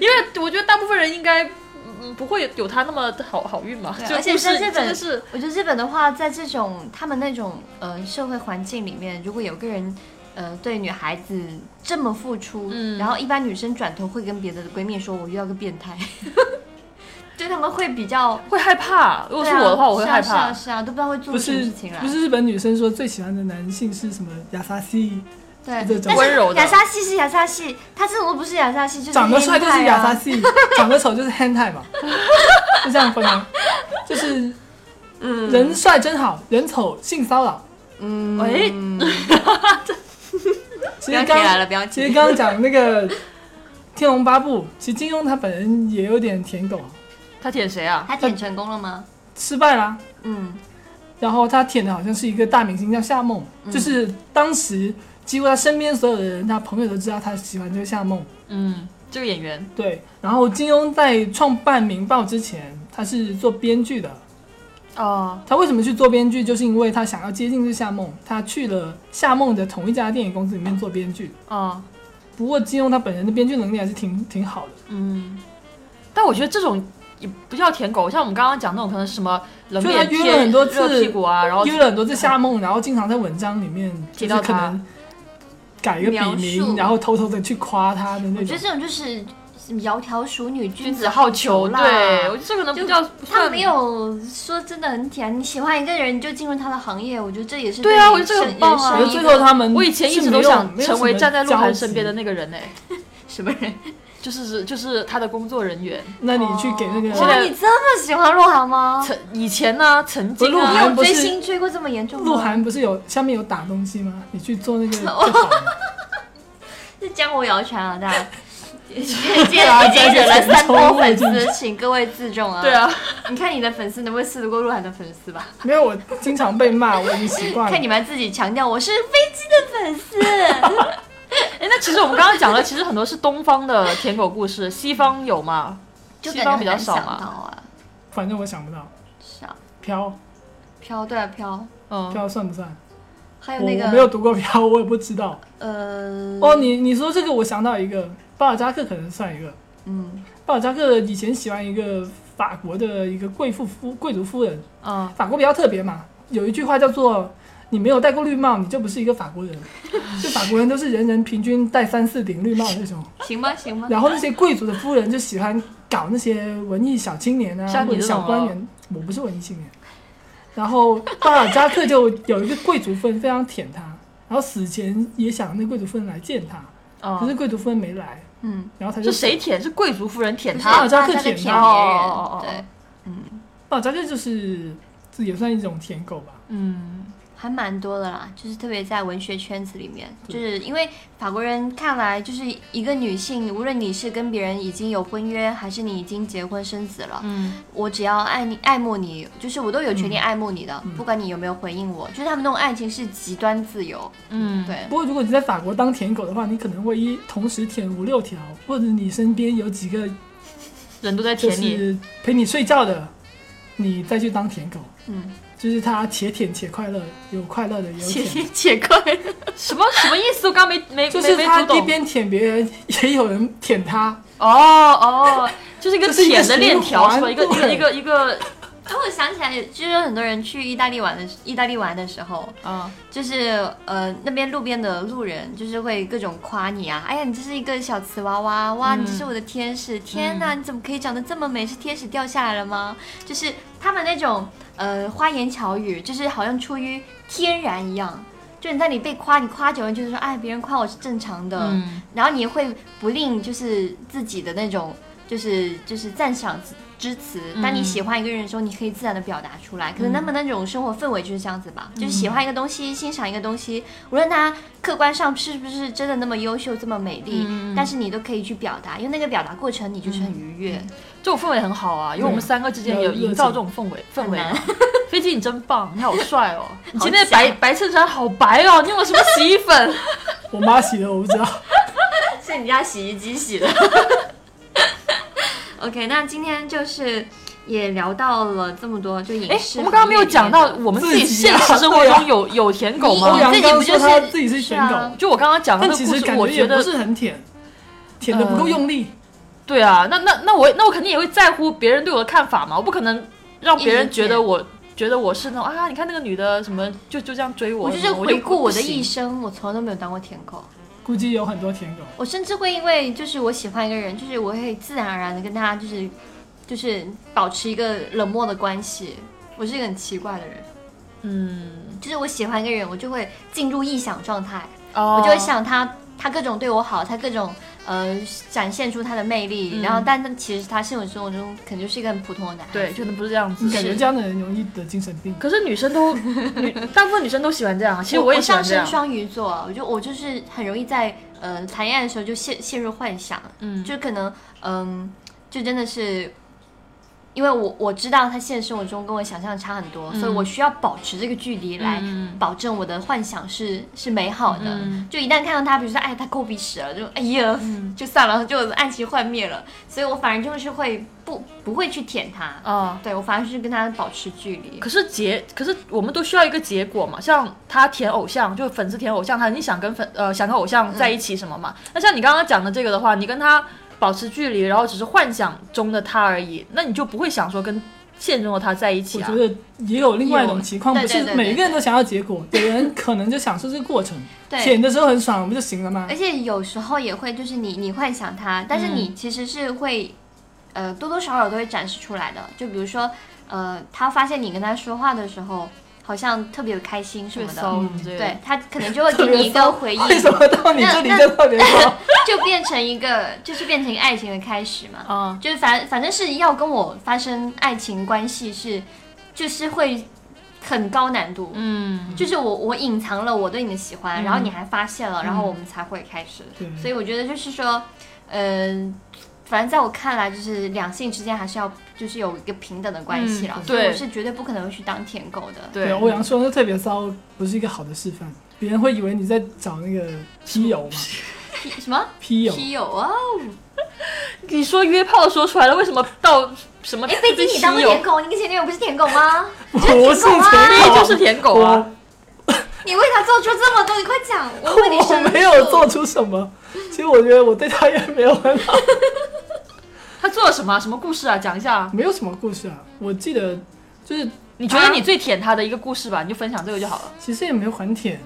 Speaker 1: 因为我觉得大部分人应该。嗯，不会有他那么好好运嘛？
Speaker 2: 对
Speaker 1: 这
Speaker 2: 而且
Speaker 1: 故事
Speaker 2: 在日本
Speaker 1: 真的是
Speaker 2: 我觉得日本的话，在这种他们那种呃社会环境里面，如果有个人呃对女孩子这么付出，
Speaker 1: 嗯
Speaker 2: 然后一般女生转头会跟别的闺蜜说：“我遇到个变态。” <laughs> 就他们会比较，
Speaker 1: 会害怕。如
Speaker 2: 如
Speaker 1: 果是我的话，我会害怕。
Speaker 2: 是啊是啊，都不知道会做
Speaker 3: 不
Speaker 2: 出什么
Speaker 3: 是
Speaker 2: 事情来啊
Speaker 3: 不。是日本女生说最喜欢的男性是什么？亚萨西，
Speaker 2: 对，
Speaker 3: 这种
Speaker 2: 但是啊
Speaker 1: 温柔的
Speaker 2: 雅莎系是雅莎系，他这种都不是雅莎系，就是啊
Speaker 3: 长得帅就是亚萨
Speaker 2: 莎。 <laughs>
Speaker 3: 西，长得丑就是 hentai 嘛，是这样分吗？就是，嗯，人帅真好，人丑性骚扰。
Speaker 2: 嗯，
Speaker 1: 哎
Speaker 3: 其
Speaker 2: 不要
Speaker 3: 实
Speaker 2: 提来
Speaker 3: 刚
Speaker 2: 了，不要
Speaker 3: 其实
Speaker 2: 提。
Speaker 3: 刚刚讲那个《天龙八部》，其实金庸他本人也有点舔狗，
Speaker 1: 他舔谁啊？
Speaker 2: 他舔成功了吗？
Speaker 3: 失败啦。
Speaker 2: 嗯，
Speaker 3: 然后他舔的好像是一个大明星叫夏梦，就是当时几乎他身边所有的人，他朋友都知道他喜欢这个夏梦。
Speaker 1: 嗯，这个演员，
Speaker 3: 对，然后金庸在创办《明报》之前，他是做编剧的。
Speaker 1: 哦，
Speaker 3: 他为什么去做编剧？就是因为他想要接近这夏梦，他去了夏梦的同一家电影公司里面做编剧。
Speaker 1: 哦，
Speaker 3: 不过金庸他本人的编剧能力还是挺挺好的。
Speaker 1: 嗯，但我觉得这种也不叫舔狗，像我们刚刚讲那种可能是什么冷
Speaker 3: 就是他
Speaker 1: 脸
Speaker 3: 约了
Speaker 1: 贴
Speaker 3: 很多次
Speaker 1: 热屁股啊，然后
Speaker 3: 因为很多次夏梦，然后经常在文章里面
Speaker 1: 提
Speaker 3: 就是
Speaker 1: 到
Speaker 3: 可
Speaker 1: 他
Speaker 3: 能改一个笔
Speaker 2: 描述
Speaker 3: 名，然后偷偷的去夸他的那
Speaker 2: 我觉得
Speaker 3: 种。
Speaker 2: 这种就是窈窕淑女，君
Speaker 1: 嗯君
Speaker 2: 子
Speaker 1: 子
Speaker 2: 好
Speaker 1: 好
Speaker 2: 逑
Speaker 1: 逑，
Speaker 2: 啦。
Speaker 1: 对我觉得这个能
Speaker 2: 就
Speaker 1: 不叫不
Speaker 2: 他
Speaker 1: 算
Speaker 2: 没有说真的很甜，你喜欢一个人你就进入他的行业，我觉得这也是
Speaker 1: 对啊
Speaker 2: 你
Speaker 1: 我觉得这个
Speaker 2: 生
Speaker 1: 很棒啊
Speaker 3: 我
Speaker 2: 人生一
Speaker 3: 觉得最
Speaker 2: 个
Speaker 3: 后他们，
Speaker 1: 我以前一直都想成为站在鹿晗身边的
Speaker 3: 那。
Speaker 1: 那个人呢、哎
Speaker 2: 什么人？
Speaker 1: 就是就是他的工作人员。
Speaker 3: 那你去给那个，
Speaker 1: 哦现
Speaker 2: 哇，
Speaker 1: 在
Speaker 2: 你这么喜欢鹿晗吗？
Speaker 1: 曾以前呢，曾经
Speaker 3: 不是鹿
Speaker 2: 你
Speaker 3: 晗
Speaker 1: 啊，
Speaker 2: 有追星追过这么严重吗？
Speaker 3: 鹿晗不是有下面有打东西吗？你去做那 <laughs> 个就好了。
Speaker 2: 是江湖谣传啊，大
Speaker 1: <laughs>
Speaker 2: 家。今
Speaker 3: 对
Speaker 2: 天
Speaker 3: 啊
Speaker 2: <laughs> 已经惹了三波粉丝，请各位自重啊！
Speaker 1: 对，啊，
Speaker 2: 你看你的粉丝能不能四得过鹿晗的粉丝吧？
Speaker 3: 没有，我经常被骂，我已经习惯了。
Speaker 2: 看你们自己强调我是飞机的粉丝，
Speaker 1: 哎，那其实我们刚刚讲了，其实很多是东方的舔狗故事，西方有吗？
Speaker 2: 就
Speaker 1: 西
Speaker 2: 感觉
Speaker 1: 方
Speaker 2: 很
Speaker 1: 比
Speaker 2: 难
Speaker 1: 较少
Speaker 2: 想到
Speaker 1: 嘛。
Speaker 2: 啊，
Speaker 3: 反正我想不到，
Speaker 2: 少
Speaker 3: 飘
Speaker 2: 飘对啊飘，
Speaker 1: 嗯，
Speaker 3: 飘算不算？
Speaker 2: 还有
Speaker 3: 我
Speaker 2: 那
Speaker 3: 我没有
Speaker 2: 个
Speaker 3: 读过飘，我也不知道。
Speaker 2: 呃
Speaker 3: 哦，你你说这个，我想到一个，巴尔扎克可能算一个。
Speaker 2: 嗯
Speaker 3: 巴尔扎克以前喜欢一个法国的一个贵妇夫贵族夫人，
Speaker 1: 嗯，
Speaker 3: 法国比较特别嘛，有一句话叫做“你没有戴过绿帽，你就不是一个法国人”， <laughs> 就法国人都是人人平均戴三四顶绿帽那种。
Speaker 2: 行吧行吧，
Speaker 3: 然后那些贵族的夫人就喜欢搞那些文艺小青年啊，
Speaker 1: 像你
Speaker 3: 或者
Speaker 1: 这
Speaker 3: 小
Speaker 1: 种
Speaker 3: 官
Speaker 1: 哦
Speaker 3: 员。我不是文艺青年。然后巴尔扎克就有一个贵族夫人非常舔他，然后死前也想那贵族夫人来见他，可是
Speaker 1: 嗯，
Speaker 3: 贵族夫人没来，
Speaker 2: 嗯，
Speaker 3: 然后他就是
Speaker 1: 谁舔？是贵族夫人舔
Speaker 2: 就是
Speaker 1: 他？
Speaker 3: 尔扎
Speaker 2: 大
Speaker 3: 克
Speaker 2: 家在
Speaker 3: 舔
Speaker 2: 舔
Speaker 1: 他
Speaker 2: 别人，
Speaker 1: 哦哦哦哦
Speaker 2: 对，
Speaker 3: 巴哦尔扎克就是这也算一种舔狗吧。
Speaker 1: 嗯，
Speaker 2: 还蛮多的啦，就是特别在文学圈子里面，就是因为法国人看来，就是一个女性，无论你是跟别人已经有婚约，还是你已经结婚生子了，
Speaker 1: 嗯，
Speaker 2: 我只要爱你爱慕你，就是我都有权利爱慕你的，不管你有没有回应我，就是他们那种爱情是极端自由，
Speaker 1: 嗯，
Speaker 2: 对，
Speaker 3: 不过如果你在法国当舔狗的话，你可能会一同时舔五六条，或者你身边有几个
Speaker 1: 人都在
Speaker 3: 就
Speaker 1: 舔
Speaker 3: <laughs>
Speaker 1: 你，
Speaker 3: 是陪你睡觉的，你再去当舔狗，
Speaker 2: 嗯，
Speaker 3: 就是他且舔且快乐，有快乐的也有
Speaker 1: <laughs>
Speaker 3: 舔。
Speaker 2: <laughs> 且快，
Speaker 1: 什么什么意思？我刚没没
Speaker 3: 就
Speaker 1: 没
Speaker 3: 是
Speaker 1: 没
Speaker 3: 他
Speaker 1: 读
Speaker 3: 一
Speaker 1: 懂。
Speaker 3: 边舔别人，也有人舔他，
Speaker 1: 哦哦，就是一个
Speaker 3: 就是一个
Speaker 1: 舔的链条
Speaker 3: 循
Speaker 1: 是
Speaker 3: 环
Speaker 1: 吧？一个一个
Speaker 3: 对
Speaker 1: 一个一
Speaker 3: <laughs>
Speaker 1: 个，
Speaker 2: 然后我想起来，就是很多人去意大利玩的，意大利玩的时候，
Speaker 1: 嗯，
Speaker 2: 就是呃，那边路边的路人就是会各种夸你啊，哎呀，你这是一个小瓷娃娃，哇，
Speaker 1: 嗯
Speaker 2: 你这是我的天使，天哪，你怎么可以长得这么美？是天使掉下来了吗？就是他们那种呃花言巧语，就是好像出于天然一样，就是当你被夸，你夸久了，你就是说，哎，别人夸我是正常的，
Speaker 1: 嗯
Speaker 2: 然后你会不吝就是自己的那种就是就是赞赏之词。当你
Speaker 1: 嗯
Speaker 2: 喜欢一个人的时候，你可以自然的表达出来。可能他们那种生活氛围就是这样子
Speaker 1: 嗯
Speaker 2: 吧，就是喜欢一个东西，欣赏一个东西，无论他客观上是不是真的那么优秀、这么美丽，
Speaker 1: 嗯嗯
Speaker 2: 但是你都可以去表达，因为那个表达过程你就是很愉悦。
Speaker 1: 嗯
Speaker 2: <laughs>
Speaker 1: 这种氛围很好啊，因为我们三个之间也有营造这种氛围氛围啊。飞机，你真棒，
Speaker 3: <laughs>
Speaker 1: 你好帅哦！你今天的白白衬衫好白哦，你用了什么洗衣
Speaker 3: <laughs>
Speaker 1: 粉？哎
Speaker 3: 我妈洗的，我不
Speaker 1: <laughs>
Speaker 3: 知道。
Speaker 2: 是你家洗衣机洗的。OK，那今天就是也聊到了这么多，就
Speaker 1: 哎
Speaker 2: 影，视。
Speaker 1: 我们刚刚没有讲到我们自己
Speaker 3: 啊
Speaker 1: 现实生活中有有舔狗
Speaker 3: 欧
Speaker 1: 吗？
Speaker 3: 阳
Speaker 2: 自己
Speaker 3: 刚
Speaker 2: 不
Speaker 3: 说
Speaker 2: 就
Speaker 3: 他
Speaker 2: 是
Speaker 3: 自己是舔
Speaker 2: 是
Speaker 3: 狗，
Speaker 2: 啊
Speaker 1: 就我刚刚讲的
Speaker 3: 但
Speaker 1: 那
Speaker 3: 其
Speaker 1: 个故
Speaker 3: 实
Speaker 1: 事，
Speaker 3: 感
Speaker 1: 我
Speaker 3: 也
Speaker 1: 觉
Speaker 3: 不
Speaker 1: 得
Speaker 3: 是很舔，舔的不够用力。
Speaker 1: 对啊，那那那我那我肯定也会在乎别人对我的看法嘛，我不可能让别人觉得我觉得我是那种啊，你看那个女的什么就就这样追我
Speaker 2: 我
Speaker 1: 什
Speaker 2: 就
Speaker 1: 么，
Speaker 2: 是回顾我的
Speaker 1: 意
Speaker 2: 一生，我从来都没有当过舔狗。
Speaker 1: 呃
Speaker 3: 估计有很多舔狗。
Speaker 2: 我甚至会因为就是我喜欢一个人，就是我会自然而然的跟他就是就是保持一个冷漠的关系。我是一个很奇怪的人，
Speaker 1: 嗯，
Speaker 2: 就是我喜欢一个人，我就会进入臆想状态，
Speaker 1: 哦
Speaker 2: 我就会想他，他各种对我好，他各种呃展现出他的魅力，
Speaker 1: 嗯
Speaker 2: 然后但但其实他现实生活中可能就是一个很普通的男孩。
Speaker 1: 对，就能不是这样
Speaker 2: 嗯
Speaker 1: 子。
Speaker 3: 感觉这样的人容易得精神病。
Speaker 1: 可是女生都女
Speaker 2: <laughs>
Speaker 1: 大部分女生都喜欢这样啊，其实
Speaker 2: 我
Speaker 1: 也喜
Speaker 2: 上
Speaker 1: 欢这
Speaker 2: 升
Speaker 1: 样。
Speaker 2: 双鱼座啊，我就我就是很容易在呃谈恋爱的时候就陷陷入幻想，
Speaker 1: 嗯
Speaker 2: 就可能嗯、就真的是因为我我知道它现实生活中跟我想象差很多，所以我需要保持这个距离来
Speaker 1: 嗯
Speaker 2: 保证我的幻想是是美好的。
Speaker 1: 嗯
Speaker 2: 就一旦看到它，比如说哎，它抠鼻屎了，就哎呀， <laughs> 就算了，就暗其幻灭了。所以我反而就是会不不会去舔它，
Speaker 1: 啊、
Speaker 2: 对我反而是跟它保持距离。
Speaker 1: 可是结，可是我们都需要一个结果嘛。像他舔偶像，就粉丝舔偶像，他你想跟粉呃想跟偶像在一起什么嘛？那像你刚刚讲的这个的话，你跟他保持距离，然后只是幻想中的他而已，那你就不会想说跟现实中的他在一起
Speaker 3: 我
Speaker 1: 啊
Speaker 3: 觉。得也有另外一种情况，
Speaker 2: 有
Speaker 3: 不
Speaker 2: 对对
Speaker 3: 是
Speaker 2: 对
Speaker 3: 每个人都想要结果，有人可能就享受这个过程，
Speaker 2: 对
Speaker 3: 舔的时候很爽不就行了吗
Speaker 2: 而？且有时候也会，就是你你幻想它，但是你其实是会，呃，多多少少都会展示出来的。就比如说，呃，他发现你跟他说话的时候，好像特别开心什
Speaker 1: 特别
Speaker 2: 么
Speaker 1: 骚
Speaker 2: 的，
Speaker 1: 什么之类的，嗯
Speaker 2: 对他可能就会
Speaker 3: 特
Speaker 2: 给
Speaker 3: 别
Speaker 2: 你一个
Speaker 3: 骚
Speaker 2: 回应，
Speaker 3: <laughs> 为什么到你这里
Speaker 2: 哎那
Speaker 3: 就特别骚？
Speaker 2: 就变成一个，就是变成一个爱情的开始嘛。
Speaker 1: 啊、
Speaker 2: 就是反反正是要跟我发生爱情关系是，就是会很高难度。
Speaker 1: 嗯，
Speaker 2: 就是我我隐藏了我对你的喜欢，
Speaker 1: 嗯
Speaker 2: 然后你还发现了，然后我们才会开始。
Speaker 3: 对
Speaker 2: 所以我觉得就是说，嗯、反正在我看来，就是两性之间还是要就是有一个平等的关系了。
Speaker 1: 嗯
Speaker 2: 所以我
Speaker 1: 对
Speaker 2: 是绝对不可能会去当舔狗的。
Speaker 1: 对，
Speaker 3: 欧阳说那特别骚不是一个好的示范，别人会以为你在找那个 P 友嘛
Speaker 2: 劈什么
Speaker 3: ，P 友。 <laughs>
Speaker 2: 劈友啊？
Speaker 1: 你说约炮说出来了，为什么到什么
Speaker 2: 哎，飞机，你当过
Speaker 1: 有
Speaker 2: 舔狗？你跟前女友不是舔狗吗？
Speaker 3: 不是舔狗，
Speaker 1: 就是舔狗啊！
Speaker 2: 你为他做出这么多，你快讲！我为你
Speaker 3: 我
Speaker 2: 申
Speaker 3: 没有做出什么，其实我觉得我对他也没有很好，
Speaker 1: 他做了什么啊？什么故事啊？讲一下啊。
Speaker 3: 没有什么故事啊。我记得就是
Speaker 1: 你觉得你最舔他的一个故事吧，你就分享这个就好了。
Speaker 3: 其实也没有很舔，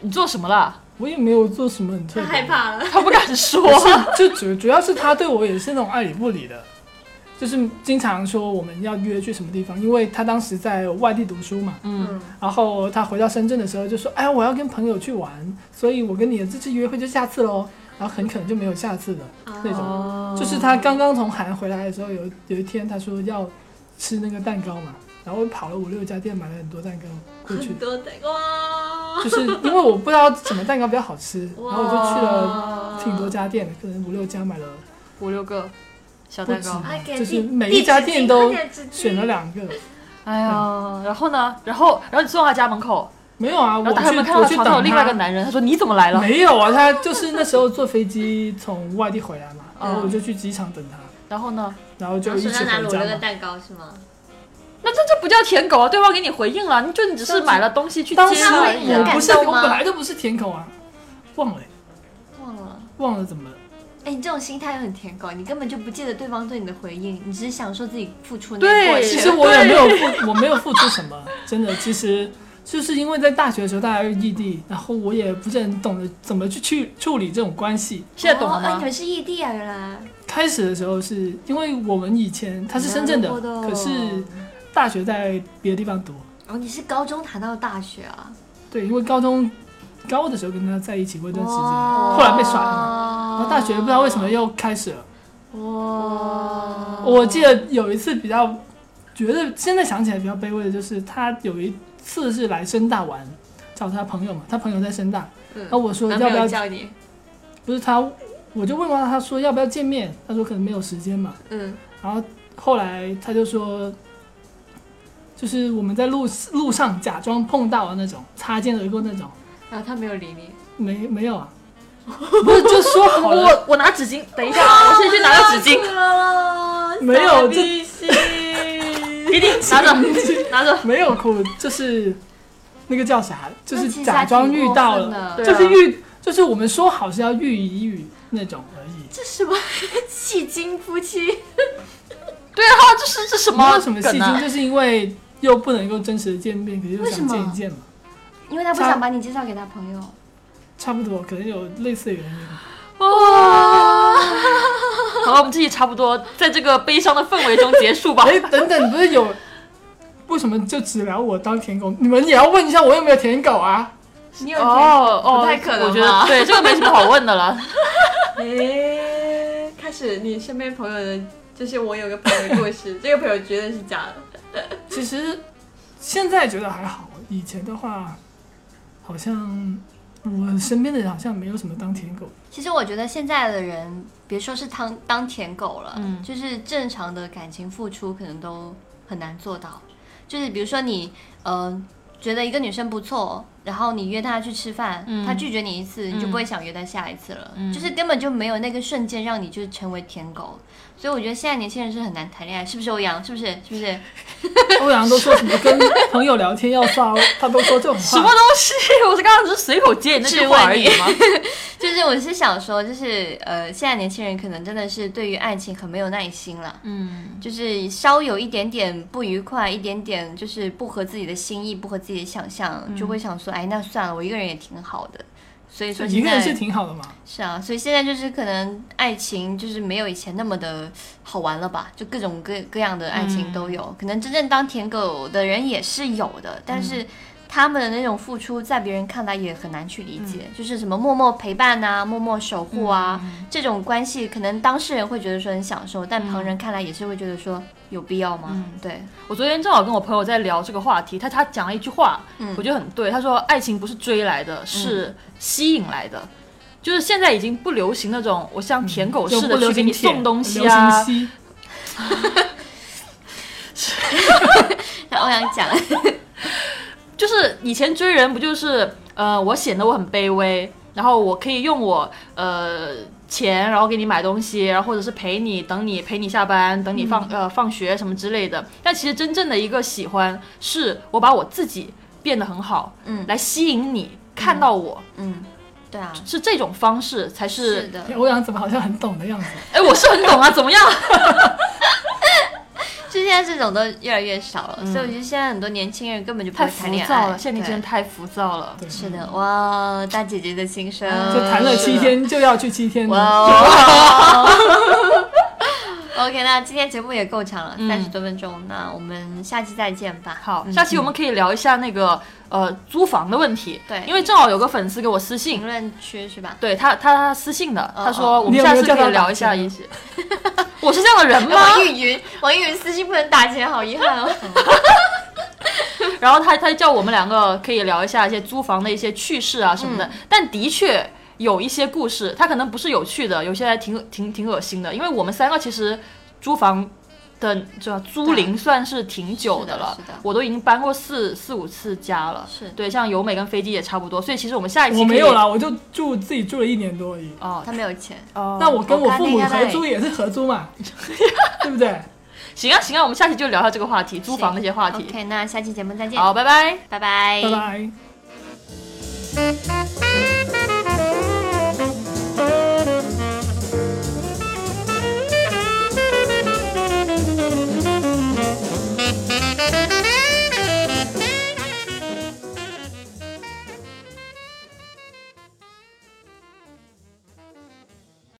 Speaker 1: 你做什么了？
Speaker 3: 我也没有做什么很特
Speaker 2: 诉，
Speaker 3: 别。
Speaker 2: 害怕了。
Speaker 1: <laughs> 他不敢说。
Speaker 3: 就主主要是他对我也是那种爱理不理的，就是经常说我们要约去什么地方，因为他当时在外地读书嘛，
Speaker 1: 嗯，
Speaker 3: 然后他回到深圳的时候就说，哎，我要跟朋友去玩，所以我跟你的这次约会就下次喽，然后很可能就没有下次了那种。
Speaker 1: 哦
Speaker 3: 就是他刚刚从韩回来的时候，有有一天他说要吃那个蛋糕嘛，然后跑了五六家店买了很多蛋糕过去
Speaker 2: 很，多的哇，
Speaker 3: 就是因为我不知道什么蛋糕比较好吃，然后我就去了
Speaker 2: 哇
Speaker 3: 挺多家店的，可能五六家买了。
Speaker 1: 五六个小蛋糕
Speaker 3: 不。
Speaker 2: 哎给
Speaker 3: 就是
Speaker 2: 地
Speaker 3: 每一家店都
Speaker 2: 地址地址
Speaker 3: 选了两个，
Speaker 1: 哎呀，然后呢？然后，然后你送到他家门口，
Speaker 3: 没有啊，我
Speaker 1: 然后他
Speaker 3: 去
Speaker 1: 们看到
Speaker 3: 我
Speaker 1: 他
Speaker 3: 去
Speaker 1: 床上有
Speaker 3: 等
Speaker 1: 另外一个
Speaker 3: 他，
Speaker 1: 男人，他说你怎么来了？
Speaker 3: 没有啊，他就是那时候坐飞机从外地回来嘛，
Speaker 1: <laughs> 嗯
Speaker 3: 然后我就去机场等他，
Speaker 1: 然后呢？
Speaker 3: 然后 <laughs> 就
Speaker 2: 然后
Speaker 3: 一
Speaker 2: 手
Speaker 3: 起
Speaker 2: 上拿卤
Speaker 3: 回
Speaker 2: 了
Speaker 3: 家
Speaker 2: 个
Speaker 3: 嘛。
Speaker 2: 蛋糕是吗？
Speaker 1: 那这这不叫舔狗啊！对方给你回应了，你就你只是买了东西去
Speaker 3: 当
Speaker 1: 接
Speaker 3: 时
Speaker 1: 而已
Speaker 3: 我
Speaker 1: 啊。
Speaker 3: 不是，
Speaker 2: 很感动
Speaker 3: 我
Speaker 2: 吗
Speaker 3: 本来就不是舔狗啊，忘了欸
Speaker 2: 忘了。
Speaker 3: 忘了怎么了，
Speaker 2: 哎，你这种心态很舔狗，你根本就不记得对方对你的回应，你只是享受自己付出那个
Speaker 1: 对
Speaker 2: 过
Speaker 3: 其
Speaker 2: 程。
Speaker 3: 实我也没有付，我没有付出什么，真的，其实。就是因为在大学的时候，大家又异地，然后我也不是很懂得怎么去去处理这种关系。
Speaker 1: 现在懂了
Speaker 2: 哦哎你
Speaker 1: 吗？
Speaker 2: 们是异地啊，原来。
Speaker 3: 开始的时候是因为我们以前他是深圳的
Speaker 2: 难过，
Speaker 3: 可是大学在别的地方读。
Speaker 2: 哦，你是高中谈到大学啊？
Speaker 3: 对，因为高中高的时候跟他在一起过一段时间，
Speaker 2: 哇
Speaker 3: 后来被甩了嘛。然后大学不知道为什么又开始了。
Speaker 2: 哇，
Speaker 3: 我记得有一次比较，觉得现在想起来比较卑微的就是他有一次是来深大玩，找他朋友嘛，他朋友在深大，
Speaker 2: 嗯
Speaker 3: 然后我说
Speaker 2: 男
Speaker 3: 要不
Speaker 2: 朋友
Speaker 3: 要，
Speaker 2: 叫你？
Speaker 3: 不是他，我就问过他，他说要不要见面，他说可能没有时间嘛。
Speaker 2: 嗯，
Speaker 3: 然后后来他就说，就是我们在路路上假装碰到的那种，擦肩而过那种，
Speaker 2: 然后他没有理你。
Speaker 3: 没没有啊，不是就说
Speaker 2: <laughs>
Speaker 3: 好了，
Speaker 1: 我我拿纸巾，等一下，
Speaker 3: 哦
Speaker 1: 我先去拿
Speaker 2: 啊
Speaker 1: 个纸巾，
Speaker 3: 没有就
Speaker 1: 给你拿着，拿着。
Speaker 3: <laughs> 没有哭，就是那个叫啥，就
Speaker 2: 那
Speaker 3: 是
Speaker 2: 其实
Speaker 3: 假
Speaker 2: 还
Speaker 3: 装
Speaker 2: 挺
Speaker 3: 遇
Speaker 2: 过
Speaker 3: 到
Speaker 2: 分
Speaker 3: 了，
Speaker 2: 的
Speaker 1: 对啊
Speaker 3: 就是遇，就是我们说好是要遇一遇那种而已。
Speaker 2: <laughs> 这什么 <laughs> 戏精夫妻？
Speaker 1: 对啊，这是这什
Speaker 3: 没
Speaker 1: 么
Speaker 3: 有什么戏
Speaker 1: 梗
Speaker 3: 精，
Speaker 1: 啊？
Speaker 3: 就是因为又不能够真实的见面，可是又
Speaker 2: 为什
Speaker 3: 想
Speaker 2: 么
Speaker 3: 见一见嘛，
Speaker 2: 因为他不
Speaker 3: 他
Speaker 2: 想把你介绍给他朋友。
Speaker 3: 差不多，可能有类似的原因。
Speaker 1: <laughs> 哇！好了，我们这期差不多在这个悲伤的氛围中结束吧。<laughs>
Speaker 3: <laughs> 哎，等等，不是有为什么就只聊我当舔狗？你们也要问一下我有没有舔狗啊？
Speaker 2: 你有
Speaker 1: 哦哦，
Speaker 2: 不太可能
Speaker 1: 我觉得
Speaker 2: 吧
Speaker 1: 对这个没什么好问的了。
Speaker 2: <laughs> 诶，开始你身边朋友的，就是我有个朋友的故事，这个朋友绝对是假的。
Speaker 3: 其实现在觉得还好，以前的话好像我身边的人好像没有什么当舔狗，
Speaker 2: 其实我觉得现在的人，别说是当当舔狗了，
Speaker 1: 嗯
Speaker 2: 就是正常的感情付出可能都很难做到。就是比如说你，呃，觉得一个女生不错，然后你约她去吃饭，
Speaker 1: 嗯
Speaker 2: 她拒绝你一次，你就
Speaker 1: 嗯
Speaker 2: 不会想约她下一次了，就是根本就没有那个瞬间让你就成为舔狗。所以我觉得现在年轻人是很难谈恋爱，是不是欧阳？是不是？是不是？ <laughs>
Speaker 3: 欧阳都说什么跟朋友聊天要发，他都说这种
Speaker 1: 什么 <laughs>
Speaker 3: 话。
Speaker 1: 东西？我是刚刚只是随口接你那句话而已吗？
Speaker 2: 就是我是想说，就是呃，现在年轻人可能真的是对于爱情很没有耐心了。
Speaker 1: 嗯，
Speaker 2: 就是稍有一点点不愉快，一点点就是不合自己的心意，不合自己的想
Speaker 3: 嗯
Speaker 2: 象，就会想说，哎，那算了，我一个人也挺好的。所以说
Speaker 3: 一
Speaker 2: 现
Speaker 3: 个人
Speaker 2: 在
Speaker 3: 是挺好的嘛，
Speaker 2: 是啊，所以现在就是可能爱情就是没有以前那么的好玩了吧，就各种各各样的爱情都有，可能真正当舔狗的人也是有的，但是。他们的那种付出，在别人看来也很难去理解，就是什么默默陪伴啊、默默守护啊、这种关系，可能当事人会觉得说很享受，但旁人看来也是会觉得说有必要吗？对，
Speaker 1: 我昨天正好跟我朋友在聊这个话题，他他讲了一句话，
Speaker 2: 嗯
Speaker 1: 我觉得很对。他说，爱情不是追来的，是吸引来的。就是现在已经不流行那种我像舔狗
Speaker 3: 就
Speaker 1: 似的
Speaker 3: 嗯不流
Speaker 1: 去给你
Speaker 3: 行舔
Speaker 1: 送东西
Speaker 3: 流
Speaker 1: 啊
Speaker 3: 行，吸
Speaker 2: 那欧阳讲，
Speaker 1: 就是以前追人不就是呃，我显得我很卑微，然后我可以用我呃钱，然后给你买东西，然后或者是陪你，等你陪你下班，等你放、
Speaker 2: 嗯
Speaker 1: 呃放学什么之类的。但其实真正的一个喜欢，是我把我自己变得很好，
Speaker 2: 嗯
Speaker 1: 来吸引你看到我，
Speaker 2: 嗯，对啊，
Speaker 1: 是这种方式才
Speaker 2: 是
Speaker 1: 是。
Speaker 2: 的，
Speaker 3: 欧阳怎么好像很懂的样子？
Speaker 1: 哎，我是很懂啊，怎么样？
Speaker 2: <laughs> 就现在这种都越来越少了，所以我觉得现在很多年轻人根本就
Speaker 1: 嗯
Speaker 2: 不
Speaker 1: 太
Speaker 2: 会
Speaker 1: 浮
Speaker 2: 谈恋
Speaker 1: 躁
Speaker 2: 爱。
Speaker 1: 了，现在真的
Speaker 2: 对
Speaker 1: 太浮躁了。
Speaker 3: 对，
Speaker 2: 是的，哇，大姐姐的心声，
Speaker 1: 嗯
Speaker 3: 就谈了
Speaker 2: 是
Speaker 3: 七
Speaker 2: 的，
Speaker 3: 天就要去七天
Speaker 2: 哇
Speaker 3: 了，
Speaker 2: 哦。OK，那今天节目也够长了，三十多分钟，那我们下期再见吧。
Speaker 1: 嗯好，
Speaker 2: 嗯
Speaker 1: 下期我们可以聊一下那个呃租房的问题。
Speaker 2: 对
Speaker 1: 因为正好有个粉丝给我私信
Speaker 2: 评，论区是吧？
Speaker 1: 对他，他他私信的，
Speaker 2: 哦
Speaker 1: 他说
Speaker 2: 哦
Speaker 1: 我们
Speaker 3: 你有
Speaker 1: 下
Speaker 3: 没有
Speaker 1: 次
Speaker 3: 叫
Speaker 1: 可
Speaker 3: 他
Speaker 1: 以聊
Speaker 3: 打
Speaker 1: 一下
Speaker 3: 钱
Speaker 1: 一些。 <laughs> 我是这样的人
Speaker 2: 哎 <laughs>
Speaker 1: 吗？
Speaker 2: 王玉云，王玉云私信不能打钱，好遗憾哦。
Speaker 1: 然后他他叫我们两个可以聊一下一些租房的一些趣事啊什么的，
Speaker 2: 嗯
Speaker 1: 但的确有一些故事，它可能不是有趣的，有些还挺挺挺恶心的，因为我们三个其实租房。的这租龄算是挺久了，
Speaker 2: 是的是的
Speaker 1: 我都已经搬过四四五次家了。
Speaker 2: 是
Speaker 1: 对，像由美跟飞机也差不多，所以其实我们下一期
Speaker 3: 我
Speaker 1: 可
Speaker 3: 没
Speaker 1: 以
Speaker 3: 有啦，我就住自己住了一年多而已。
Speaker 1: 哦
Speaker 2: 他没有钱，
Speaker 1: 哦，
Speaker 3: 那我跟我
Speaker 2: 我看
Speaker 3: 父母
Speaker 2: 那个
Speaker 3: 合租也是合租嘛，对不对？
Speaker 1: 行啊行啊，我们下期就聊一下这个话题，租房那些话题。
Speaker 2: OK，那下期节目再见，
Speaker 1: 好，拜拜。
Speaker 2: 拜拜，
Speaker 3: 拜拜。
Speaker 4: Thank you.